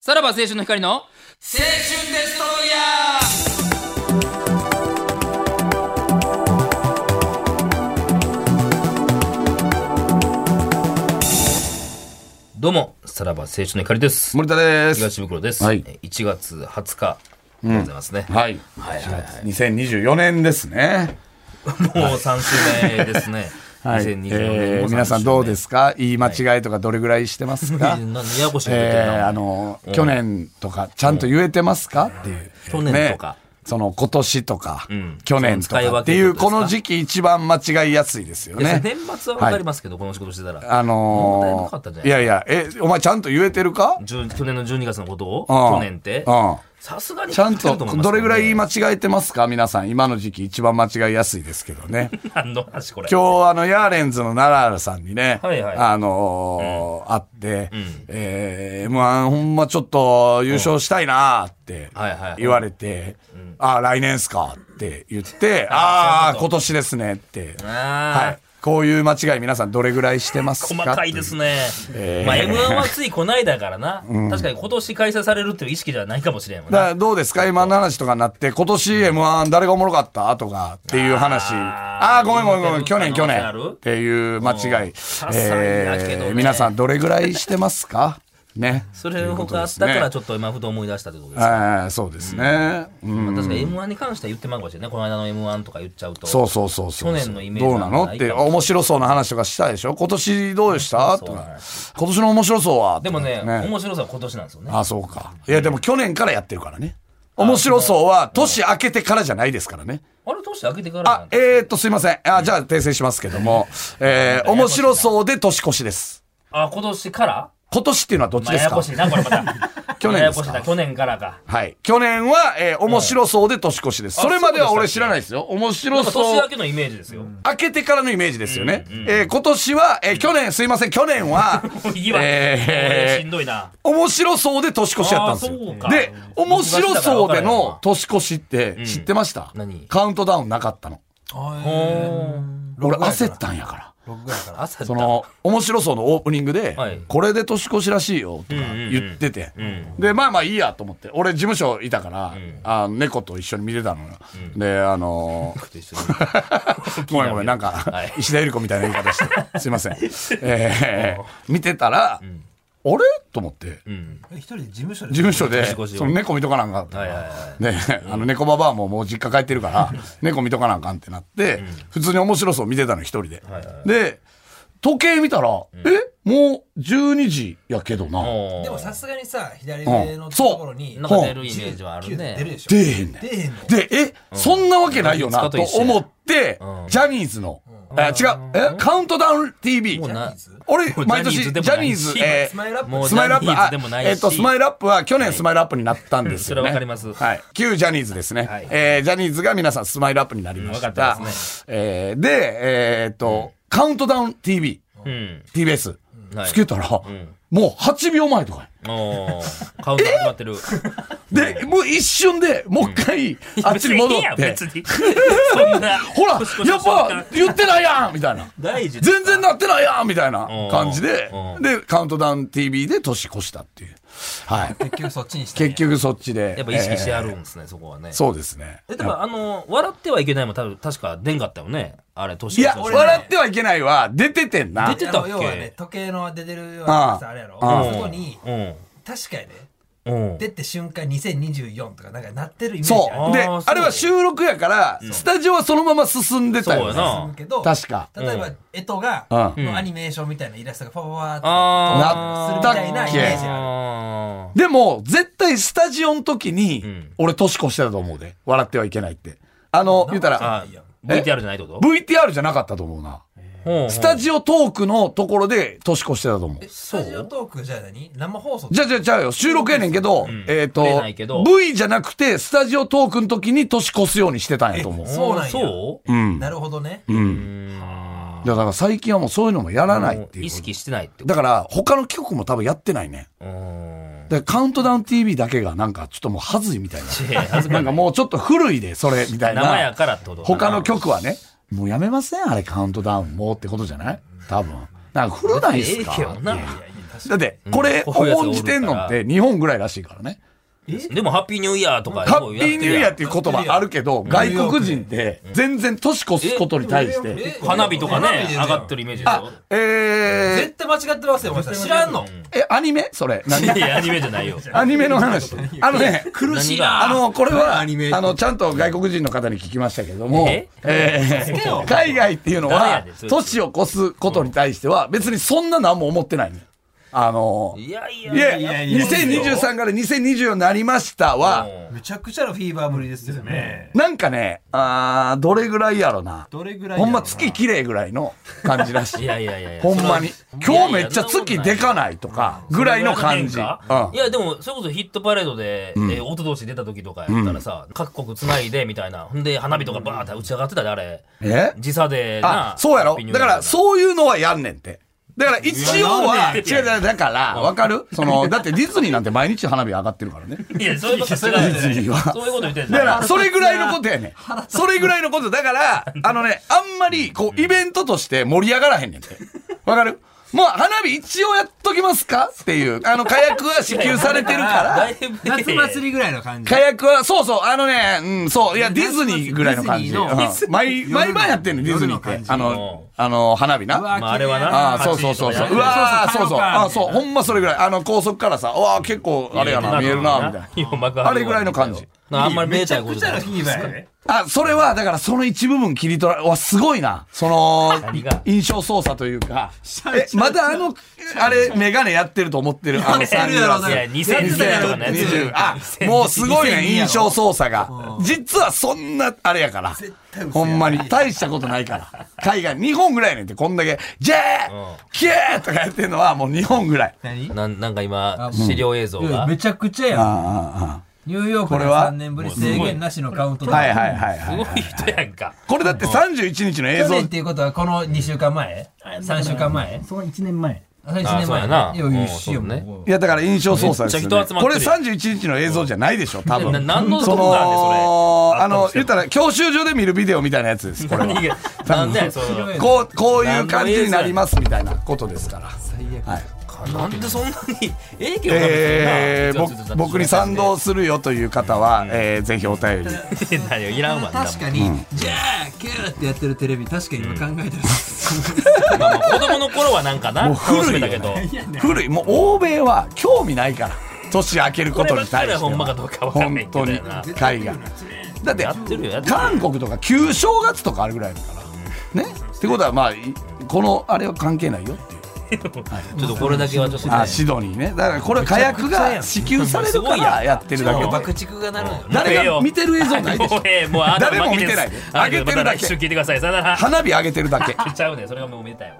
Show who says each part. Speaker 1: さらば青春の光の青春デストロイヤーどうも、さらば青春の光です。
Speaker 2: 森田です。
Speaker 1: 東袋です。
Speaker 2: はい
Speaker 1: え1月20日でございますね。
Speaker 2: はい。
Speaker 1: はいはいはい
Speaker 2: 2024年ですね。
Speaker 1: もう3週目ですね。
Speaker 2: は
Speaker 1: 2024
Speaker 2: い。
Speaker 1: 年
Speaker 2: えー皆さんどうですすか言い間違いとかどれぐらいしてます か、
Speaker 1: ややこしいこと言ってる
Speaker 2: えー
Speaker 1: な
Speaker 2: あの、去年とかちゃんと言えてますかっていう。
Speaker 1: 去年とか
Speaker 2: その今年とか、
Speaker 1: ん
Speaker 2: 去年と
Speaker 1: その使い
Speaker 2: か
Speaker 1: 分
Speaker 2: って
Speaker 1: け
Speaker 2: いう
Speaker 1: ってことですか
Speaker 2: この時期一番間違いやすいですよ
Speaker 1: いや
Speaker 2: ね。
Speaker 1: 年末はわかりますけど、この仕事してたら。
Speaker 2: あ
Speaker 1: もうだいぶ
Speaker 2: の
Speaker 1: 良かったんじゃない
Speaker 2: ー、いやいや、え、お前ちゃんと言えてるか
Speaker 1: じゅう去年の12月のことを
Speaker 2: うん
Speaker 1: 去年って
Speaker 2: うん
Speaker 1: さすがに
Speaker 2: ちゃんと、
Speaker 1: 思いますけ
Speaker 2: どれぐらい言い
Speaker 1: ね
Speaker 2: 間違えてますか皆さん、今の時期一番間違いやすいですけどね。
Speaker 1: 何の話これ
Speaker 2: 今日、あの、ヤーレンズの奈良さんにね、
Speaker 1: はいはい
Speaker 2: あのー会って、えー、M1 ほんまちょっと優勝したいなーって
Speaker 1: はいはい
Speaker 2: 言われて、あー来年っすかって言って、あ
Speaker 1: そういう
Speaker 2: あ、
Speaker 1: こ
Speaker 2: 今年ですねって。は
Speaker 1: あ
Speaker 2: い。こういう間違い皆さんどれぐらいしてますか
Speaker 1: ー細かいですね、
Speaker 2: えー
Speaker 1: まあ m 1はついこないだからな、確かに今年開催されるっていう意識じゃないかもしれんもん
Speaker 2: だか
Speaker 1: な
Speaker 2: らどうですか今の話とかなって、今年 M1 誰がおもろかったとかっていう話。
Speaker 1: あー
Speaker 2: ああー、ごめんごめんごめん、
Speaker 1: 言
Speaker 2: 去
Speaker 1: うてる
Speaker 2: 年去
Speaker 1: 可能性あ
Speaker 2: 年
Speaker 1: る。
Speaker 2: っていう間違い
Speaker 1: 些。細だけどね
Speaker 2: ー皆さんどれぐらいしてますかね。
Speaker 1: それ
Speaker 2: というこ
Speaker 1: ほ
Speaker 2: と
Speaker 1: かあ
Speaker 2: で
Speaker 1: っ
Speaker 2: す
Speaker 1: た
Speaker 2: ね
Speaker 1: からちょっと今ふと思い出したってことです、
Speaker 2: ああ、そうですね。うん。
Speaker 1: まあ確かに m 1に関しては言ってまうかもしれないこの間の m 1とか言っちゃうと
Speaker 2: そうそうそうそう。
Speaker 1: 去年のイメージ
Speaker 2: どうなの
Speaker 1: なんか
Speaker 2: っ
Speaker 1: ない
Speaker 2: て、
Speaker 1: かも
Speaker 2: 面白そうな話とかしたでしょ今年どうでしたと
Speaker 1: そうなん
Speaker 2: か
Speaker 1: で。
Speaker 2: 今年の面白そうは
Speaker 1: でもね
Speaker 2: とか
Speaker 1: 面白さは今年なんですよね
Speaker 2: あ、そうか。いや、でも去年からやってるからね。面白そうは年明けてからじゃないですからね。
Speaker 1: あれ年明けてからな
Speaker 2: あ
Speaker 1: ん、だ
Speaker 2: えー、っと、すいません。あ、じゃあ、訂正しますけども、えー、面白そうで年越しです。
Speaker 1: あ今年から
Speaker 2: 今年っていうのはどっ
Speaker 1: ま
Speaker 2: ち
Speaker 1: あ、
Speaker 2: で
Speaker 1: や
Speaker 2: す
Speaker 1: や
Speaker 2: か
Speaker 1: こしいなこれまた
Speaker 2: 去
Speaker 1: や
Speaker 2: 年で
Speaker 1: や
Speaker 2: す
Speaker 1: こ
Speaker 2: か
Speaker 1: しいな去年からか
Speaker 2: はい。去年は、えー、面白そうで年越しです。それまでは俺知らないですよ。面
Speaker 1: な
Speaker 2: 白
Speaker 1: んか年
Speaker 2: そ
Speaker 1: 明
Speaker 2: う。
Speaker 1: けのイメージですよ、、
Speaker 2: 明けてからのイメージですよね。えー、今年は、えー、去年、すいません、去年は
Speaker 1: いいわ、俺
Speaker 2: えー
Speaker 1: しんどいな
Speaker 2: 面白そうで年越しやったんです
Speaker 1: あーそう
Speaker 2: よ
Speaker 1: か。
Speaker 2: で、
Speaker 1: うん
Speaker 2: 面白そうで
Speaker 1: 僕
Speaker 2: の年越しって知ってました、
Speaker 1: 何
Speaker 2: カウントダウンなかったの。俺
Speaker 3: ぐらいかな
Speaker 2: 焦ったんやから。
Speaker 3: 6ぐらいかな。
Speaker 1: 朝
Speaker 2: その面白そうのオープニングで、
Speaker 1: はい
Speaker 2: これで年越しらしいよとか言ってて、でまあまあいいやと思って俺事務所いたから、あの猫と一緒に見てたのよ、であ のー
Speaker 1: と一緒に
Speaker 2: ごめんごめんなんか、
Speaker 1: はい
Speaker 2: 石田ゆり子みたいな言い方してすい ません、えー見てたら、あれと思って
Speaker 3: え一人で事務所で
Speaker 2: 事務所で
Speaker 1: 年越しを
Speaker 2: その猫見とかなんかんと
Speaker 1: はいはい
Speaker 2: か
Speaker 1: は
Speaker 2: であの猫ババアももう実家帰ってるから猫見とかなんかんってなって、普通に面白そう見てたの一人で、で時計見たら、えもう12時やけどな
Speaker 1: おー
Speaker 3: でもさすがにさ、左上の
Speaker 2: うん
Speaker 3: ところに、
Speaker 1: なん
Speaker 2: そう
Speaker 1: か出るイメージはある
Speaker 3: 出る
Speaker 1: ね
Speaker 3: でしょ。
Speaker 2: 出えへんねん
Speaker 3: 出えへんの。
Speaker 2: でえ、そんなわけないよ
Speaker 1: う
Speaker 2: なんと思って、
Speaker 1: うん
Speaker 2: ジャニーズの、あ違うえカウントダウン TV
Speaker 1: もうな
Speaker 2: 俺
Speaker 1: もう
Speaker 2: 毎
Speaker 1: ジ
Speaker 2: 年ジ
Speaker 1: ャニーズでもないし
Speaker 2: ャニーズ、え
Speaker 3: スマイルアップ
Speaker 1: もう
Speaker 2: スマイルアップ、
Speaker 1: ジャニーズ
Speaker 2: あ
Speaker 1: でもないし
Speaker 2: えっと、スマイルアップは去年スマイルアップになったんです
Speaker 1: そ
Speaker 2: よ、ね。
Speaker 1: れわかります
Speaker 2: はい。旧ジャニーズですね。
Speaker 1: はい
Speaker 2: えージャニーズが皆さんスマイルアップになりました。
Speaker 1: うんわかってます
Speaker 2: えーで、えーっと、カウントダウン TV、
Speaker 1: うん、
Speaker 2: TBS、
Speaker 1: はい
Speaker 2: つけたら、もう8秒前とかや
Speaker 1: おーカウント始まってる
Speaker 2: で、もう一瞬で、もう一回、あっちに戻っ
Speaker 1: 別
Speaker 2: て
Speaker 1: に、いいやん別にそんな
Speaker 2: ほら、や
Speaker 1: 年越しの
Speaker 2: っ
Speaker 1: 瞬間
Speaker 2: ぱ、言ってないやんみたいな。
Speaker 1: 大事
Speaker 2: 全然なってないやんみたいな感じで
Speaker 1: うんう、ん
Speaker 2: で、カウントダウン TV で年越したっていう。 はい。
Speaker 3: 結局そっちにして。
Speaker 2: 結局そっちで。
Speaker 1: やっぱ意識して
Speaker 2: えー
Speaker 1: あるんですね、そこはね
Speaker 2: そうですね。
Speaker 1: えでもあの笑ってはいけないも多分確か出んかったよねあれ年
Speaker 2: いや、
Speaker 1: 俺
Speaker 2: 笑ってはいけないは、出ててんな
Speaker 1: 出。て
Speaker 3: あ
Speaker 1: たっ
Speaker 3: の
Speaker 1: け
Speaker 3: 要はね、時計の出てるようなさ、あれやろ。
Speaker 2: あ
Speaker 3: そこに、
Speaker 1: うん
Speaker 3: 確かにね、
Speaker 1: うん
Speaker 3: 出て瞬間2024とかなんかなってるイメージ
Speaker 2: そ
Speaker 3: あ
Speaker 2: う。
Speaker 3: る。
Speaker 2: で、
Speaker 1: あーそう
Speaker 2: あれは収録やから、スタジオはそのまま進んでた
Speaker 1: そう
Speaker 2: よ
Speaker 1: や
Speaker 2: ね。
Speaker 1: な
Speaker 3: 進むけど
Speaker 2: 確か
Speaker 3: 例えば、えとが、
Speaker 2: うん
Speaker 3: のアニメーションみたいなイラストがパワーって
Speaker 1: あ
Speaker 2: ー
Speaker 3: するみたいなイメージある。
Speaker 1: あ
Speaker 2: でも、絶対スタジオの時
Speaker 1: ん
Speaker 2: に、俺年越してたと思うで。笑ってはいけないって。あの、言うたら
Speaker 1: あ、VTR じゃないってこと
Speaker 2: VTR じゃなかったと思うな。スタジオトークのところで年越してたと思う。
Speaker 3: スタジオトークじゃあ何生放送
Speaker 2: じゃあじゃあじゃあよ、収録やねんけど、えっと
Speaker 1: 出ないけど、
Speaker 2: V じゃなくて、スタジオトークの時に年越すようにしてたんやと思う。
Speaker 3: そうなんや。
Speaker 1: そう
Speaker 2: うん。
Speaker 3: なるほどね。
Speaker 2: いやだから最近はもうそういうのもやらないっていう
Speaker 1: 意
Speaker 2: こと
Speaker 1: 識してないってこ
Speaker 2: だから他の曲も多分やってないね
Speaker 1: とうーん
Speaker 2: だからカウントダウン TV だけがなんかちょっともうはずいみたい
Speaker 1: いや恥ず
Speaker 2: ななんかもうちょっと古いでそれみたい
Speaker 1: 生や
Speaker 2: な
Speaker 1: からってことかな
Speaker 2: 他の曲はねもうやめませんあれカウントダウンもうってことじゃない多分なんか古ないっすか
Speaker 1: ええけどな
Speaker 2: っていうだって、これ、
Speaker 1: うんこういうやつがおるから
Speaker 2: 重んじてんのって日本ぐらいらしいからね。
Speaker 1: でも、ハッピーニューイヤーとか、
Speaker 2: ハッピーニューイヤーっていう言葉あるけど、
Speaker 3: やって
Speaker 2: 外
Speaker 3: るやん
Speaker 2: 国人って全然年越すことに対し
Speaker 3: え
Speaker 2: て、
Speaker 1: 花火とかね、上がって
Speaker 3: る
Speaker 1: るイメージでし
Speaker 2: あ
Speaker 1: ょ。、
Speaker 2: えー
Speaker 3: 絶、対間違ってますよお前さん知らんの
Speaker 2: え、アニメそ れ。何
Speaker 1: いや、アニメじゃない よ。
Speaker 2: アニメの話。あのね、
Speaker 1: 苦しい
Speaker 2: あ
Speaker 1: な
Speaker 2: の、これは、あ
Speaker 4: アニメと
Speaker 2: の、ちゃんと外国人の方に聞きましたけども、
Speaker 1: え
Speaker 2: え
Speaker 3: けよ
Speaker 2: ー海外っていうの
Speaker 1: 誰や
Speaker 2: は
Speaker 1: ねん、そいつ
Speaker 2: 年を越すことに対しては、別にそんな何も思ってないのよあの、い
Speaker 1: いやいや
Speaker 2: や、
Speaker 1: いや、
Speaker 2: 2023から2024になりましたは、
Speaker 3: むちゃくちゃのフィーバーぶりですよね
Speaker 2: なんかね、あーどれぐらいやろな。
Speaker 3: どれぐらい
Speaker 2: ほんま月綺麗ぐらいの感じらし
Speaker 1: い
Speaker 2: い。
Speaker 1: やいやいやいや。
Speaker 2: ほんまに
Speaker 1: それ。は
Speaker 2: 今日めっちゃ月でかないとか、ぐらいの感じ。
Speaker 1: いうや
Speaker 2: ん
Speaker 1: いや、でも、それこそヒットパレードで、えー、おととし出た時とかやったらさ、各国繋いでみたいな。ほんで、花火とかバーって打ち上がってたで、あれ。
Speaker 2: え
Speaker 1: 時差でな
Speaker 2: あ、そうやろだから、
Speaker 1: う。
Speaker 2: そういうのはやんねんて。だから一応は、
Speaker 1: いやなんで
Speaker 2: 違う違う、だから、わかるその、だってディズニーなんて毎日花火上がってるからね。
Speaker 1: いや、そういうこと
Speaker 2: デ
Speaker 1: 違う
Speaker 2: ィズニーは。
Speaker 1: そういうこと言ってんだ
Speaker 2: だから、それぐらいのことやねん。それぐらいのこと。だから、あのね、あんまり、こう、イベントとして盛り上がらへんねんて。わかるもう、花火一応やっときますかっていう。あの、火薬は支給されてるから
Speaker 1: だ。いぶ。
Speaker 4: 夏祭りぐらいの感じ
Speaker 2: 火。薬は、そうそう、あのね、うん、そう、いや、ディズニーぐらいの感じ。
Speaker 4: ディズニーの
Speaker 2: うん
Speaker 4: ディズニー
Speaker 2: 毎、毎晩やってんの、ディズ
Speaker 4: 夜
Speaker 2: ニー
Speaker 4: の
Speaker 2: っ
Speaker 4: 感
Speaker 2: て。
Speaker 4: じ
Speaker 2: あの、あの、花火
Speaker 4: う
Speaker 2: な
Speaker 4: わ。
Speaker 1: まあ、あれはな。
Speaker 2: ああ、そうそうそうそう。
Speaker 1: 8
Speaker 2: うわー
Speaker 4: そ
Speaker 2: そう
Speaker 4: そう
Speaker 2: うそう。
Speaker 4: 火
Speaker 2: あ
Speaker 4: 力
Speaker 2: あ、そう。ほんまそれぐらい。あの、高速からさ、うわあ、結構、あれやな、見えるな、みたいな。
Speaker 1: いな。幕張
Speaker 2: あれぐらいの感じ。
Speaker 1: あんまり見え
Speaker 3: めち
Speaker 1: たい
Speaker 3: ゃ
Speaker 1: こ
Speaker 3: く
Speaker 1: と
Speaker 3: ち
Speaker 1: じゃな
Speaker 3: ゃの
Speaker 1: い
Speaker 3: フ。ィーバーや
Speaker 2: あ、それは、だからその一部分切り取ら、うわ、すごいな。その
Speaker 1: 何が、
Speaker 2: 印象操作とい うか、え、まだあの、あれ、メガネやってると思ってる。あの、
Speaker 4: やってるやろ
Speaker 2: サングラス
Speaker 1: いや2000年とかのやつ
Speaker 2: 2020あ、もうすごいね、印象操作が。実はそんな、あれやから。ほんまに、大したことないから。海外、日本ぐらいやねんって、こんだけ、ジェーキェーとかやってんのは、もう日本ぐらい。
Speaker 4: 何
Speaker 1: なんなんか今、資料映像
Speaker 4: いや
Speaker 1: が。
Speaker 4: めちゃくちゃや
Speaker 2: ああ
Speaker 4: ん。
Speaker 2: ああ、あ
Speaker 4: ニューヨーク
Speaker 2: こ
Speaker 4: で
Speaker 2: れは
Speaker 4: 3年ぶり制限なしのカウント
Speaker 2: あ
Speaker 4: ダウン。
Speaker 2: はいはいはい
Speaker 1: す
Speaker 2: は
Speaker 1: ご
Speaker 2: い。
Speaker 1: い人やんか。
Speaker 2: これだって31日の映
Speaker 4: 去
Speaker 2: 像
Speaker 4: 年っていうことはこの2週間前 ?3 週間前
Speaker 5: その1年前
Speaker 4: あ、1年
Speaker 1: あ
Speaker 4: 前
Speaker 1: そうやな
Speaker 4: ねいや、一緒
Speaker 1: うんそうね
Speaker 4: もう
Speaker 2: いやだから印象操作ですよ、
Speaker 1: め
Speaker 2: ね
Speaker 1: っちゃ人、集まっ
Speaker 2: こ
Speaker 1: て
Speaker 2: れ
Speaker 1: るやん
Speaker 2: 31日の映像じゃないでしょ多
Speaker 1: な
Speaker 2: 分
Speaker 1: 何のとこ
Speaker 2: そ
Speaker 1: なんでそ
Speaker 2: の
Speaker 1: れ
Speaker 2: あの言ったら教習所で見るビデオみたいなやつですこれは
Speaker 1: 何がなんでそれは
Speaker 2: こうこういう感じになりますみたいなことですから、はい
Speaker 1: なんでそんなに影響
Speaker 2: えー、僕僕に賛同
Speaker 1: す
Speaker 2: するよという方は、えーぜひお便り
Speaker 1: る何よいらんわ
Speaker 4: 確かに、じゃあ、キューってやってるテレビ、確かに今考えたら、
Speaker 1: まあまあ子供の頃はなんかな
Speaker 2: もう
Speaker 1: 楽しめ
Speaker 2: 古いよ
Speaker 1: た
Speaker 2: ね
Speaker 1: けど
Speaker 2: 古いもう欧米は興味ないから年明けるこ
Speaker 1: ことれば
Speaker 2: に
Speaker 1: っか
Speaker 2: 対
Speaker 1: りは
Speaker 2: して
Speaker 1: ほんまか
Speaker 2: は
Speaker 1: どうかわかんない
Speaker 2: 本
Speaker 1: け
Speaker 2: 当
Speaker 1: ど
Speaker 2: に
Speaker 1: やな
Speaker 2: 海外だって
Speaker 1: やってるよやってるよ
Speaker 2: 韓国とか旧正月とかあるぐらいだからねってことはまあいこのあれは関係ないよっていう
Speaker 1: ちょっとこれだけはちょっとね
Speaker 2: あシドニーねだからこれ火薬が支給されるからやってる
Speaker 1: すごい
Speaker 2: だけ
Speaker 1: やん
Speaker 2: で
Speaker 3: 爆竹がなるのよ
Speaker 2: 誰が見てる映像ないでし
Speaker 1: も
Speaker 2: ょ
Speaker 1: うええもうあなた
Speaker 2: 誰も
Speaker 1: 負け
Speaker 2: 見て
Speaker 1: です
Speaker 2: ないで
Speaker 1: あなた
Speaker 2: 上げてるだけ
Speaker 1: また来週聞いてくださいさよなら
Speaker 2: 花火上げてるだけ
Speaker 1: ちゃうねそれがもう見えたよ